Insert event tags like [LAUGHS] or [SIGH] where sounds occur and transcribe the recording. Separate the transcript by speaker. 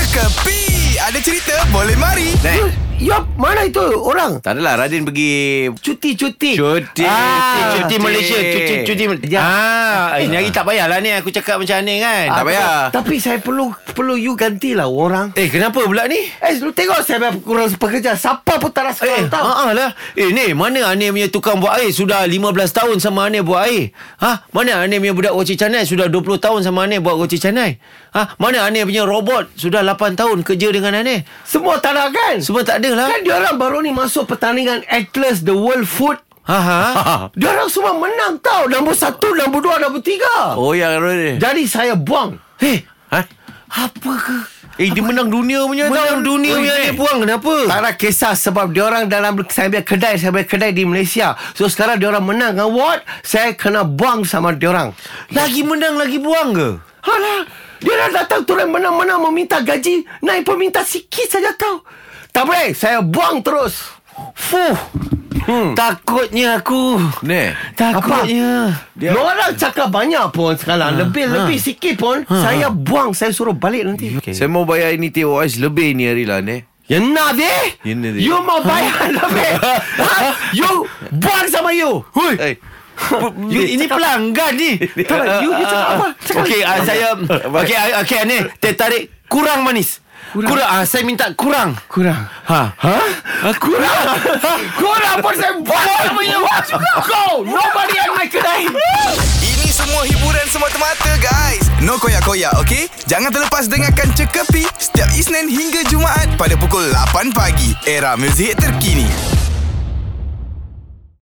Speaker 1: Kepi Ada cerita boleh mari
Speaker 2: Nek,
Speaker 3: Yop, mana itu orang?
Speaker 2: tak adalah Radin pergi
Speaker 3: Cuti, cuti.
Speaker 2: Cuti.
Speaker 3: Ah,
Speaker 2: Cuti.
Speaker 3: cuti Malaysia. Cuti, cuti.
Speaker 4: Ya. Ah, ini hari tak payahlah ni aku cakap macam ni kan.
Speaker 2: Tak payah.
Speaker 3: Tapi saya perlu perlu you gantilah orang.
Speaker 4: Eh, kenapa pula ni?
Speaker 3: Eh, lu tengok saya memang kurang pekerja. Siapa pun tak rasa
Speaker 4: Eh,
Speaker 3: eh, tahu.
Speaker 4: ha lah. Eh, ni mana Anir punya tukang buat air? Sudah 15 tahun sama Anir buat air. Ha? Mana Anir punya budak goci canai? Sudah 20 tahun sama Anir buat goci canai. Ha? Mana Anir punya robot? Sudah 8 tahun kerja dengan Anir.
Speaker 3: Semua tak nak kan?
Speaker 4: Semua tak ada lah.
Speaker 3: Kan diorang baru ni masuk pertandingan Atlas The World Food.
Speaker 4: Ha [LAUGHS] ha.
Speaker 3: Diorang semua menang tau. Nombor satu, nombor dua, nombor tiga.
Speaker 2: Oh yang Radin
Speaker 3: Jadi saya buang.
Speaker 4: Hei,
Speaker 2: Ha?
Speaker 3: Apa ke?
Speaker 2: Eh dia menang dunia punya
Speaker 4: Eh,
Speaker 2: tau.
Speaker 4: menang dunia
Speaker 2: Oi,
Speaker 4: punya eh.
Speaker 2: Nek.
Speaker 4: Anir buang kenapa?
Speaker 3: Tak nak kisah sebab diorang dalam saya punya kedai, saya punya kedai di Malaysia. So sekarang diorang menang award, saya kena buang sama diorang.
Speaker 4: Lagi menang lagi buang ke?
Speaker 3: Alah, diorang datang turun menang-menang meminta gaji, naik peminta sikit saja kau. Tak boleh, saya buang terus.
Speaker 4: Fuh. Hmm. Takutnya aku.
Speaker 2: Nek
Speaker 4: Takutnya.
Speaker 3: Dia orang cakap banyak pun
Speaker 4: Ha.
Speaker 3: sekarang, lebih-lebih sikit pun, saya buang, saya suruh balik nanti. Okay.
Speaker 2: Saya mau bayar ini TOS lebih ni hari lah Nek
Speaker 3: You nak deh?
Speaker 2: You nak deh.
Speaker 3: You mau bayar lebih?
Speaker 4: [LAUGHS]
Speaker 3: Ha? You buang sama you. Hui. [LAUGHS]
Speaker 2: Eh
Speaker 4: You, ini pelanggan ni.
Speaker 3: Tak, you, you cakap apa? Cakap
Speaker 4: Okey, uh, saya [LAUGHS] okey
Speaker 3: ah,
Speaker 4: uh, okey ni teh tarik kurang manis. Kurang, kurang uh, saya minta kurang.
Speaker 3: Kurang.
Speaker 4: Ha.
Speaker 3: Ha?
Speaker 4: [LAUGHS]
Speaker 3: Kurang? Kurang pun saya buat apa yang buat juga kau. Nobody at my kedai.
Speaker 1: Ini semua hiburan semata-mata guys No koyak-koyak ok Jangan terlepas dengarkan Cekapi Setiap Isnin hingga Jumaat Pada pukul 8 pagi Era muzik terkini